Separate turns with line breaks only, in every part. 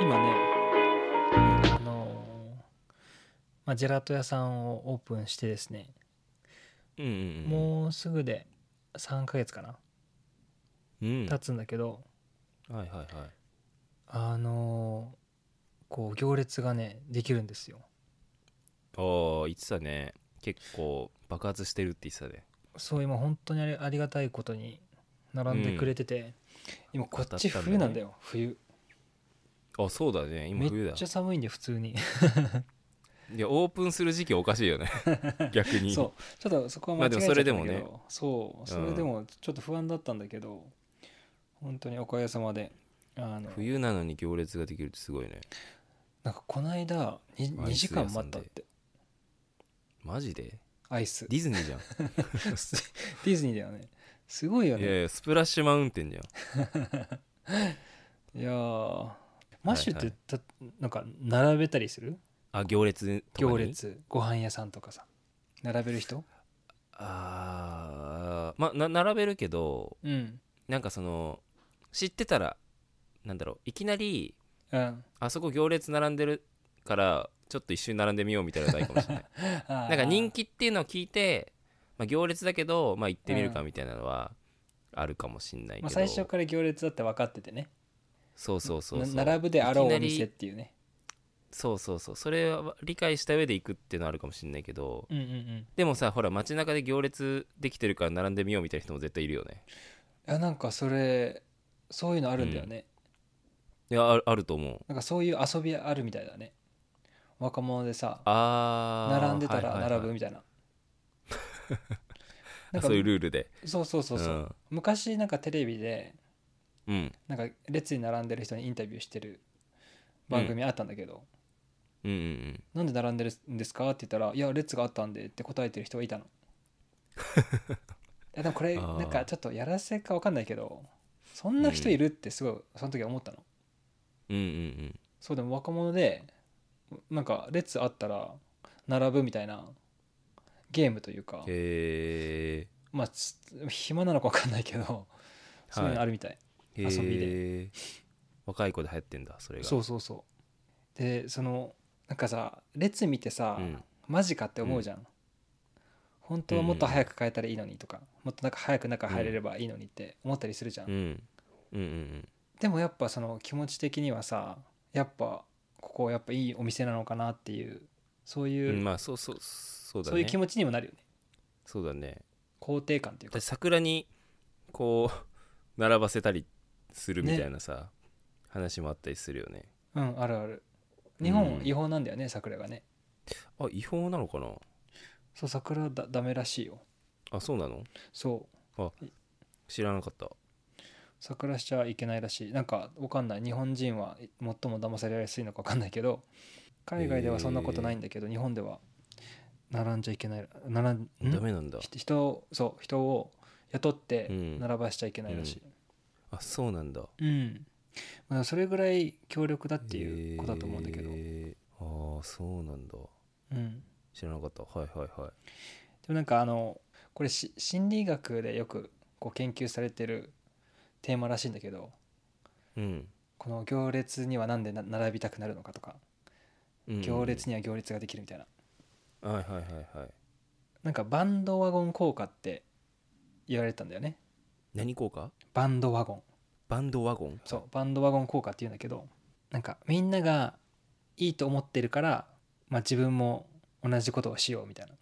今ねあのーまあ、ジェラート屋さんをオープンしてですね、
うんうんうん
もうすぐで3ヶ月かな
うん
経つんだけど、
はいはいはい
あのーこう行列がねできるんですよ
ああ言ってたね結構爆発してるって言ってたね
そう今本当にありありがたいことに並んでくれてて、今こっち冬なんだよ冬
あそうだね今冬
めっ
だ
ちゃ寒いんで普通に
いやオープンする時期おかしいよね 逆 に
そうちょっとそこは
ま
間違
あ
えち
で
ゃ
も
ったん
そ
だけ
れで
ど、
もね
そうそれでもちょっと不安だったんだけど、本当におかげさまであの
冬なのに行列ができるってすごいね
なんかこの間に
アイス
2時間待ったって
マジで
アイスデ
ディズ ニーじゃん
ィズニーだよねすごいよ
いや
ね
いやスプラッシュマウンテンじゃん
いやーマッシュっ
はい
て
は
た、なんか並べたりする
あ行列とかに
行列ご飯屋さんとかさ並べる人
あーまあな並べるけど
うん
なんかその知ってたらなんだろういきなり
うん
あそこ行列並んでるからちょっと一瞬並んでみようみたいなのないかもしれない
な
なんか人気っていうのを聞いて、まあ、行列だけど、まあ、行ってみるかみたいなのはあるかもしんないけど、
まあ、最初から行列だって分かっててね
そうそうそうそう
な並ぶであろ
いうきな
お
り
店っていうね
そうそうそうそれは理解した上で行くっていうのはあるかもしんないけど
うんうんうん
でもさほら街中で行列できてるから並んでみようみたいな人も絶対いるよね
いやなんかそれそういうのあるんだよね、
いやあるあると思う
なんかそういう遊びあるみたいだね若者でさ
あー
並んでたら
はいはいはい
並ぶみたい な
あそういう
ル
ルールで
そうそうそうそう、昔なんかテレビで
うん、うん
なんか列に並んでる人にインタビューしてる番組あったんだけど、
うんうん
なんで並んでるんですかって言ったら「いや列があったんで」って答えてる人がいた のいやでもこれ
あー
なんかちょっとやらせか分かんないけどそんな人いるってすごいその時は思ったの、
うんうんうん
そうでも若者でなんか列あったら並ぶみたいなゲームというか
へえ
まあつ暇なのか分かんないけどそういうのあるみたい、
へ
遊び
え若い子で流行ってんだそれが
そうそうそうでそのなんかさ列見てさ、
うん
マジかって思うじゃん、本当はもっと早く変えたらいいのにとか、もっとなんか早く中入れればいいのにって思ったりするじゃん、
うん、うんうんうん
でもやっぱその気持ち的にはさやっぱここやっぱいいお店なのかなっていうそういうう、
んまあそうそうそうだね
そういう気持ちにもなるよね
そうだね
肯定感というか
私桜にこう 並ばせたりするみたいなさ、話もあったりするよね
うんあるある日本
うん
違法なんだよね桜がね
あ違法なのかな
そう桜だダメらしいよ
あそうなの
そう
知らなかった
桜しちゃいけないらしいなんかわかんない日本人は最も騙されやすいのかわかんないけど海外ではそんなことないんだけど、日本では並んじゃいけない並んん
ダメなんだ
ひ人をそう人を雇って
うん
並ばしちゃいけないらしい
あそうなんだっ
うん、まあ、それぐらい強力だっていうことだと思うんだけど、
ああそうなんだ
うん
知らなかったはいはいはい
でもなんかあのこれし心理学でよくこう研究されてるテーマらしいんだけど
うん
この行列にはなんでな並びたくなるのかとか
うんうん
行列には行列ができるみたいな、
はいはいはいはい
なんかバンドワゴン効果って言われてたんだよね
何効果
バンドワゴン
バンドワゴン
そうバンドワゴン効果って言うんだけどなんかみんながいいと思ってるから、まあ、自分も同じことをしようみたいな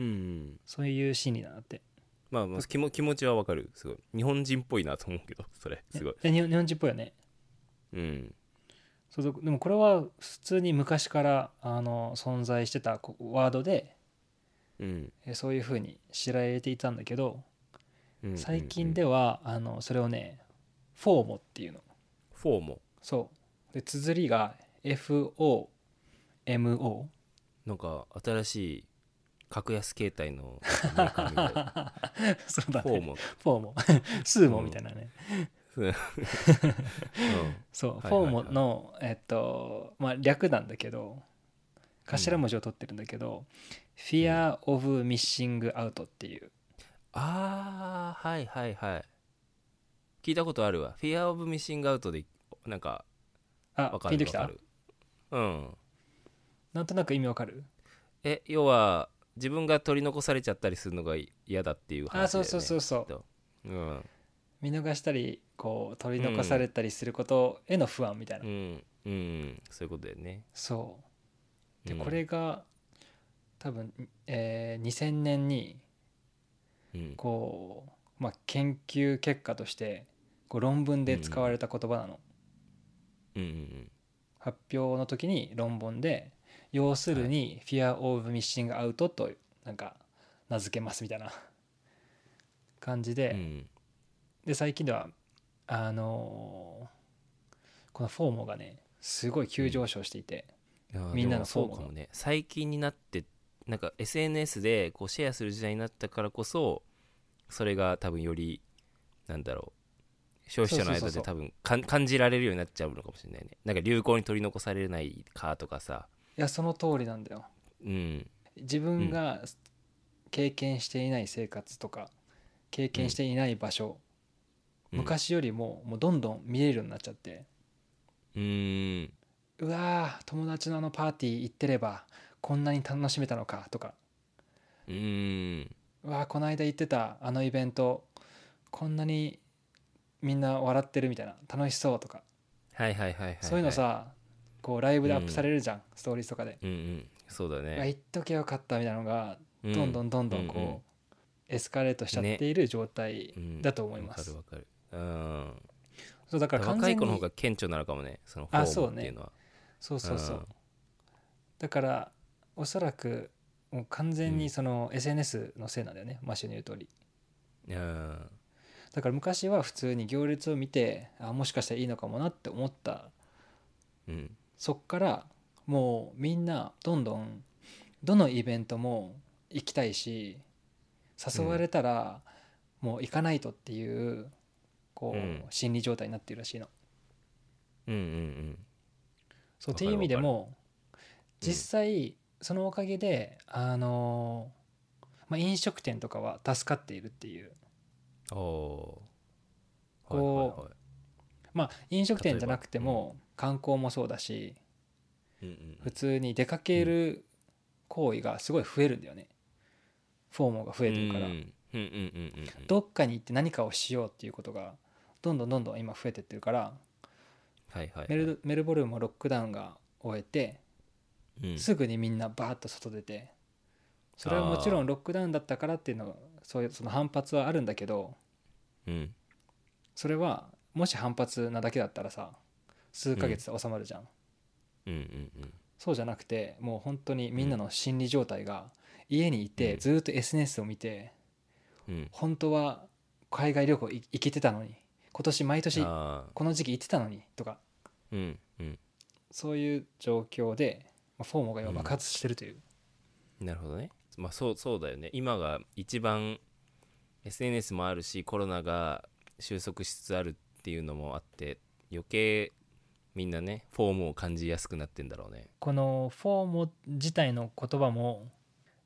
うんうん
そういう心理なんだって
まあ、まあ、気も気持ちはわかるすごい日本人っぽいなと思うけどそれすごい、
で日本日本人っぽいよね
うん
そうそうでもこれは普通に昔からあの存在してたこワードで
うん
えそういうふうに知られていたんだけど
うん
最近ではあのそれをねフォーモっていうの
フォーも
そうで綴りが FOMO
なんか新しい格安携帯のメーカーみ たいな
そうだ
フォー
ね
も、
フォーモ スーモみたいなねそう、
はいはいはい
フォーモの、えっとまあ、略なんだけど頭文字を取ってるんだけど、Fear of Missing Out っていう
ああはいはいはい聞いたことあるわ Fear of Missing Out でなんか
あ
わか
ピ
る
ンと
わ
き
か
た
るうん
なんとなく意味わかる
え要は自分が取り残されちゃったりするのが嫌だっていう話だよ、ね、
あそうそうそうそう
きっとうん
見逃したりこう取り残されたりすることへの不安みたいな、
うんうんそういうことだよね
そうで
うん
これが多分、えー2000年に
うん
こう、まあ、研究結果としてこう論文で使われた言葉なの、
うんうん
発表の時に論文で要するに「Fear of Missing Out」となんか名付けますみたいな感じで、
うんうん
で最近ではあのーこのフォーモがねすごい急上昇していて、
いやー
みんなの
でもそう
フォーム
か
が
もね最近になってなんか SNS でこうシェアする時代になったからこそそれが多分よりなんだろう消費者の
そうそうそ
間
うそう
で多分かん感じられるようになっちゃうのかもしれないねなんか流行に取り残されないかとかさ
いやその通りなんだよ
うん
自分が経験していない生活とか経験していない場所、
うん
昔よりももうどんどん見えるようになっちゃって
うーん
うわー友達のあのパーティー行ってればこんなに楽しめたのかとか
うーん
うわーこの間行ってたあのイベントこんなにみんな笑ってるみたいな楽しそうとか、
はいはいはいはい、は
そういうのさこうライブでアップされるじゃん、ストーリーズとかで、
うんうんそう
い
だ
や
ね
行っときゃよかったみたいなのが
う
どんどんどんどん
うんうん
こうエスカレートしちゃっている状態
うん
だと思います、
わかるわかるうん
そうだから完
若
全
い子の方
に
が顕著なのかもねそのフォ
あ
ームっていうのは
そうそうそう、
うん
だからおそらくもう完全にその SNS のせいなんだよね、マッシュの言う通り
うん
だから昔は普通に行列を見てあもしかしたらいいのかもなって思った
うん
そっからもうみんなどんどんどのイベントも行きたいし誘われたらもう行かないとっていうこ
うん
う心理状態になっているらしいの。
うんうん
そうっ
わ
て
か
い
る
う意味で
わかる
も実際そのおかげであのーまあ飲食店とかは助かっているっていう
うんおーはい
こう
はいは
まあ飲食店じゃなくても観光もそうだし
いうんうん
普通に出かける行為がすごい増えるんだよねフォーモが増えてるから
うんうんうんうんうんうん
どっかに行って何かをしようっていうことがどんどんどんどん今増えてってるから
はいはい
メルドメルボルンもロックダウンが終えて
うん
すぐにみんなバーッと外出てそれはもちろ
あ
んロックダウンだったからっていうのはそういうその反発はあるんだけど
うん
それはもし反発なだけだったらさ数ヶ月で収まるじゃん、
うんうんうん
そうじゃなくてもう本当にみんなの心理状態が家にいてずーっと SNS を見て
うん
本当は海外旅行い行けてたのに今年毎年
ああ
この時期行ってたのにとか
うんうん
そういう状況でまあフォーモが今爆発してるという、
なるほどねまあそうそうだよね今が一番 SNS もあるしコロナが収束しつつあるっていうのもあって余計みんなねフォームを感じやすくなってんだろうね
このフォーモ自体の言葉も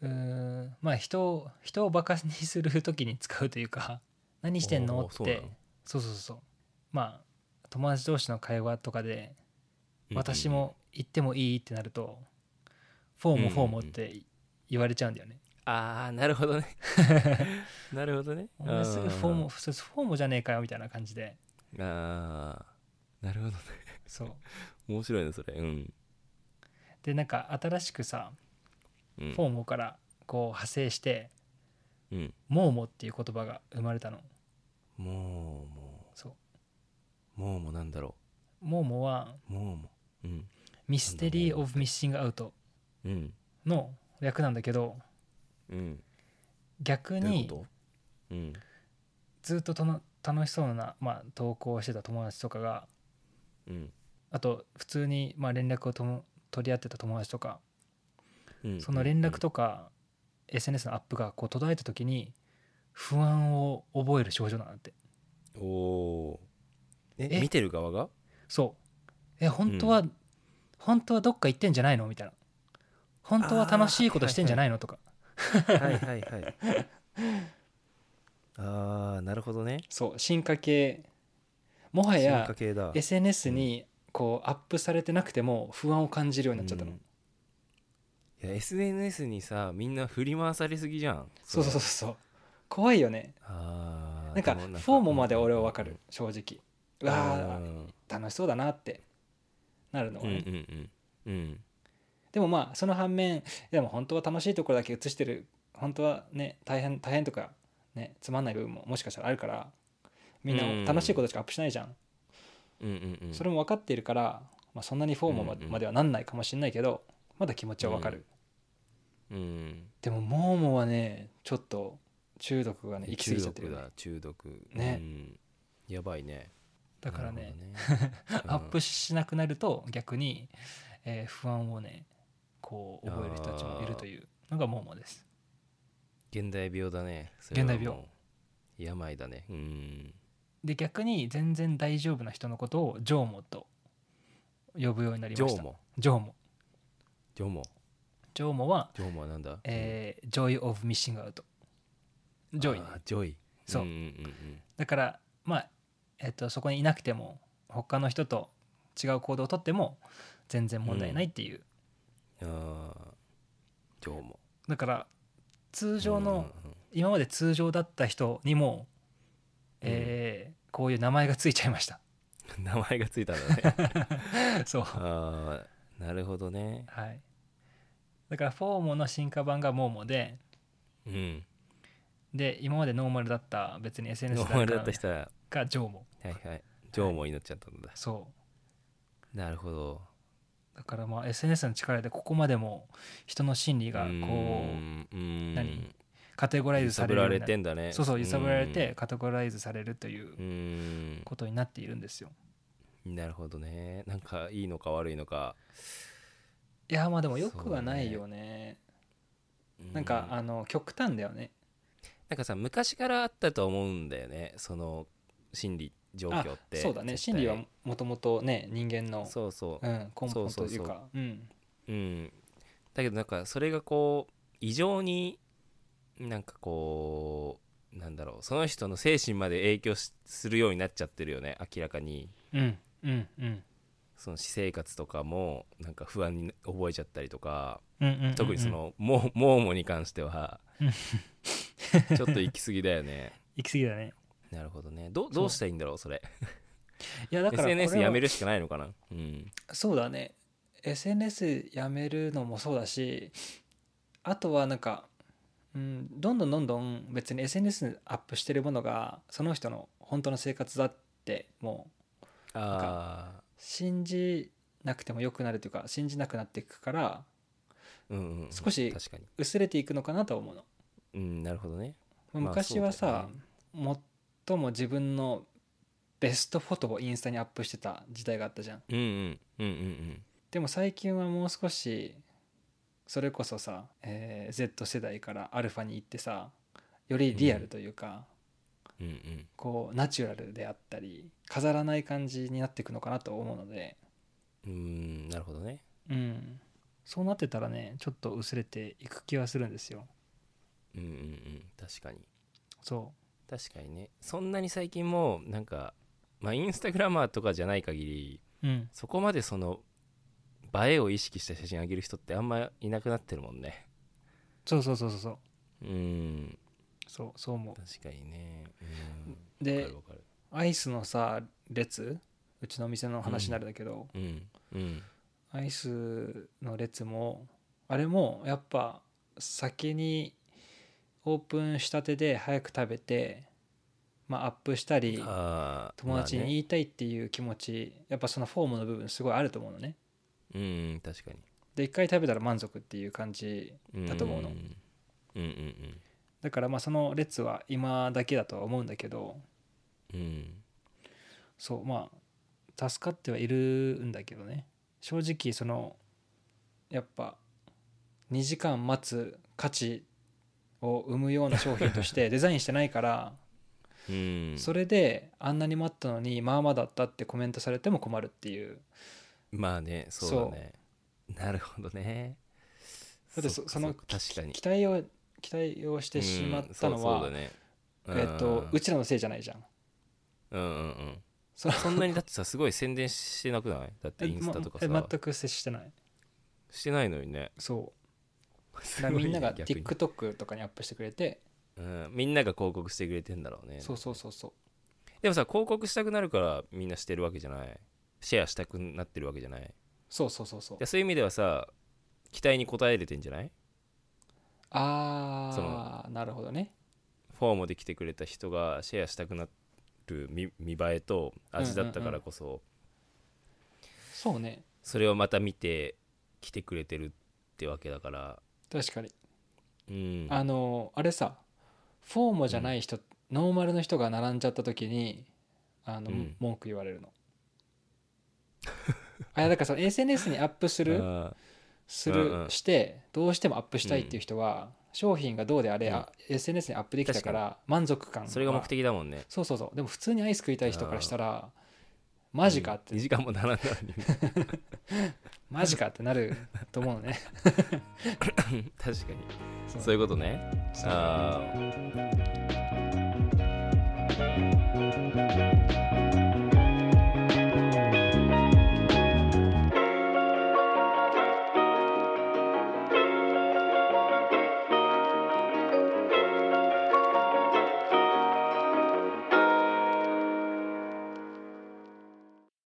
うーんまあ人を人をバカにする時に使うというか何してんの
お
っ
ー
て
そうなの
そうそうそうまあ友達同士の会話とかで
うん
私も行ってもいいってなるとフォー
うんうん
モ
うん
フォーモって言われちゃうんだよね
ああなるほ どねなるほどね
お前すぐフォー
うん
モそれフォーモじゃねえかよみたいな感じで
ああなるほどね
そう
面白いねそれうん
でなんか新しくさ
うん
フォーモからこう派生して
うん
モーモっていう言葉が生まれたの
もうも
そう
うもうもうなんだろ
モーモは
うもうもううん
ミステリー・オブ・ミッシング・アウト
うん
の略なんだけど
うん
逆
どういう
に
ことうん
ずっととの楽しそうな、まあ、投稿をしてた友達とかが
うん
あと普通にまあ連絡をとも取り合ってた友達とか
うん
その連絡とか SNS のアップがこう途絶えた時に不安を覚える症状なんだって
うんおーえ
え
見てる側が
そうえ本当は、本当はどっか行ってんじゃないのみたいな本当は楽しいことしてんじゃないのとか
はいはい はいああなるほどね
そう進化系もは
進
や
化系だ
SNS にこうアップされてなくても不安を感じるようになっちゃったの、
うんいや SNS にさみんな振り回されすぎじゃん
そうそうそうそう怖いよね
あ
なんかフォームまで俺は分かる正直うわ
あ
ー楽しそうだなってなるのは
うんう
ね、
んうんうん
でもまあその反面でも本当は楽しいところだけ映してる本当はね大変大変とかねつまんない部分ももしかしたらあるからみん
うん
な楽しいことしかアップしないじゃん、
うんうんうん
それも分かっているから、まあ、そんなにフォームま
うんうん
まではなんないかもしれないけどまだ気持ちは分かる、
うん
でもモーモはねちょっと中毒がね行き過ぎちゃってるよね、
中毒だ中毒
ね
うんやばいね
だからね
なるほどね
アップしなくなると逆に、えー不安をねこう覚える人たちもいるというのがモーモです
現代病だねそれはもう
現代病
病だねうん
で逆に全然大丈夫な人のことをジョーモと呼ぶようになり
ジョ
まし
ー
た
モ
ジョーモ
ジョーモ
ジョーモは、
ジョーモはなんだ
えー、Joy of Missing Out
うん
ジョイね
あージョイ
そうん
んん
だからまあ、えっとそこにいなくても他の人と違う行動をとっても全然問題ないっていう、
うんあージョーモ
だから通常の、
うんうん
今まで通常だった人にも、
うん
えーこういう名前がついちゃいました
うん名前がついたんだね
そう
あーなるほどね
はいだからフォーモの進化版がモーモで
うん
で今までノーマルだった別に SNS
ノーマルだった人は
がジョーモ
はいはいジョーモになっちゃったんだ
そ
なるほど
うだからまあ SNS の力でここまでも人の心理がこ
うーん
何うカテゴライ
揺
ズさ
さ
れ
ぶ
るよう
ら
に
れ
な
てんだね
そうそう揺さぶられてカテゴライズされるという
うーん
ことになっているんですよ
なるほどねなんかいいのか悪いのか
いやまあでもよくはないよねなんか
う
あの極端だよね
なんかさ昔からあったと思うんだよねその心理状
あ
況って
そうだね
絶対
心理はもともとね人間の
そうそう
うん根本という
そうそうそ
かうん
うん、だけどなんかそれがこう異常になんかこうなんだろうその人の精神まで影響しするようになっちゃってるよね明らかに
うんうんうん
その私生活とかもなんか不安に覚えちゃったりとか
うんうんうんうん
特にそのモモーモに関し ては
うん
ちょっと行き過ぎだよね
行き過ぎだね
なるほどねどうどうしたらいいんだろうそれ
いやだからこれは
SNS やめるしかないのかなうん
そうだね SNS やめるのもそうだしあとはなんか、うん、どんどんどんどん別に SNS にアップしてるものがその人の本当の生活だってもう
あ
信じなくても良くなるというか信じなくなっていくから
あうんうんうん
少し
確かに
薄れていくのかなとは思うの。
うんなるほどね
まあ
まあ
昔は
そうだ
さ
よ、
最も自分のベストフォトをインスタにアップしてた時代があったじゃん。
うんうんうんうん
でも最近はもう少しそれこそさ、えー Z 世代からアルファに行ってさよりリアルというか、
うんうんうん
こうナチュラルであったり飾らない感じになっていくのかなと思うので、
うーんなるほどね
うん、そうなってたらねちょっと薄れていく気はするんですよ。
うんうんうん確かに
そ
確かにねそんなに最近もうなんかまあインスタグラマーとかじゃない限り
う、うん、
そこまでその映えを意識した写真あげる人ってあんまいなくなってるもんね
そうそうそうそうそう
うん
そうそう思
確かにね
う。
うんわ
で
かるわかる
アイスのさ列うちのお店の話になるんだけど、
うんうん
アイスの列もあれもやっぱ先にオープンしたてで早く食べて、まあ、アップしたり
あー
友達に
まあ
言
ね
いたいっていう気持ちやっぱそのフォームの部分すごいあると思うのね
うんうん確かに
で一回食べたら満足っていう感じ
ん
だと思うの
うんうんうん
だからまあその列は今だけだとは思うんだけど
うん
そうまあ助かってはいるんだけどね正直そのやっぱ2時間待つ価値を生むような商品として デザインしてないから
うん
それであんなに待ったのにまあまあだったってコメントされても困るっていう
まあねそうだねなるほどね
だってそ
っか
その
っか確かに
期待を期待をしてしまったの
うんそうそう
は
だね
えっと
うん
うちらのせいじゃないじゃん
うんうんうん
その
そんなにだってさすごい宣伝してなくないだってインスタとかさ、
えまえ全く接してない
してないのにね
そう
す
だ
ご
からみ
いね
んなが
逆に
TikTok とかにアップしてくれて
うん、みんなが広告してくれてんだろうね
そうそうそうそう
でもさ広告したくなるからみんなしてるわけじゃないシェアしたくなってるわけじゃない
そうそうそうそう
でそういう意味ではさ期待に応えれてんじゃないそ
ああ
の
なるほどね
フォームで来てくれた人がシェアしたくなる見見栄えと味だったからこそ、
そうね
それをまた見て来てくれてるってわけだから
確かに、
うん
あのあれさフォーモじゃない人、ノーマルの人が並んじゃった時にあの、
うん
文句言われるの あいやだからその SNS にアップする
あ
す
うん
る
うん
してどうしてもアップしたいっていう人は、商品がどうであれ、
うん
あ SNS にアップできたから満足感
ー
は
それが目的だもんね
そうそうそうでも普通にアイス食いたい人からしたらマジかって、
2時間も並ん だのに
マジかってなると思うのね
確か
そ
に
う
そういうことね
そう
あー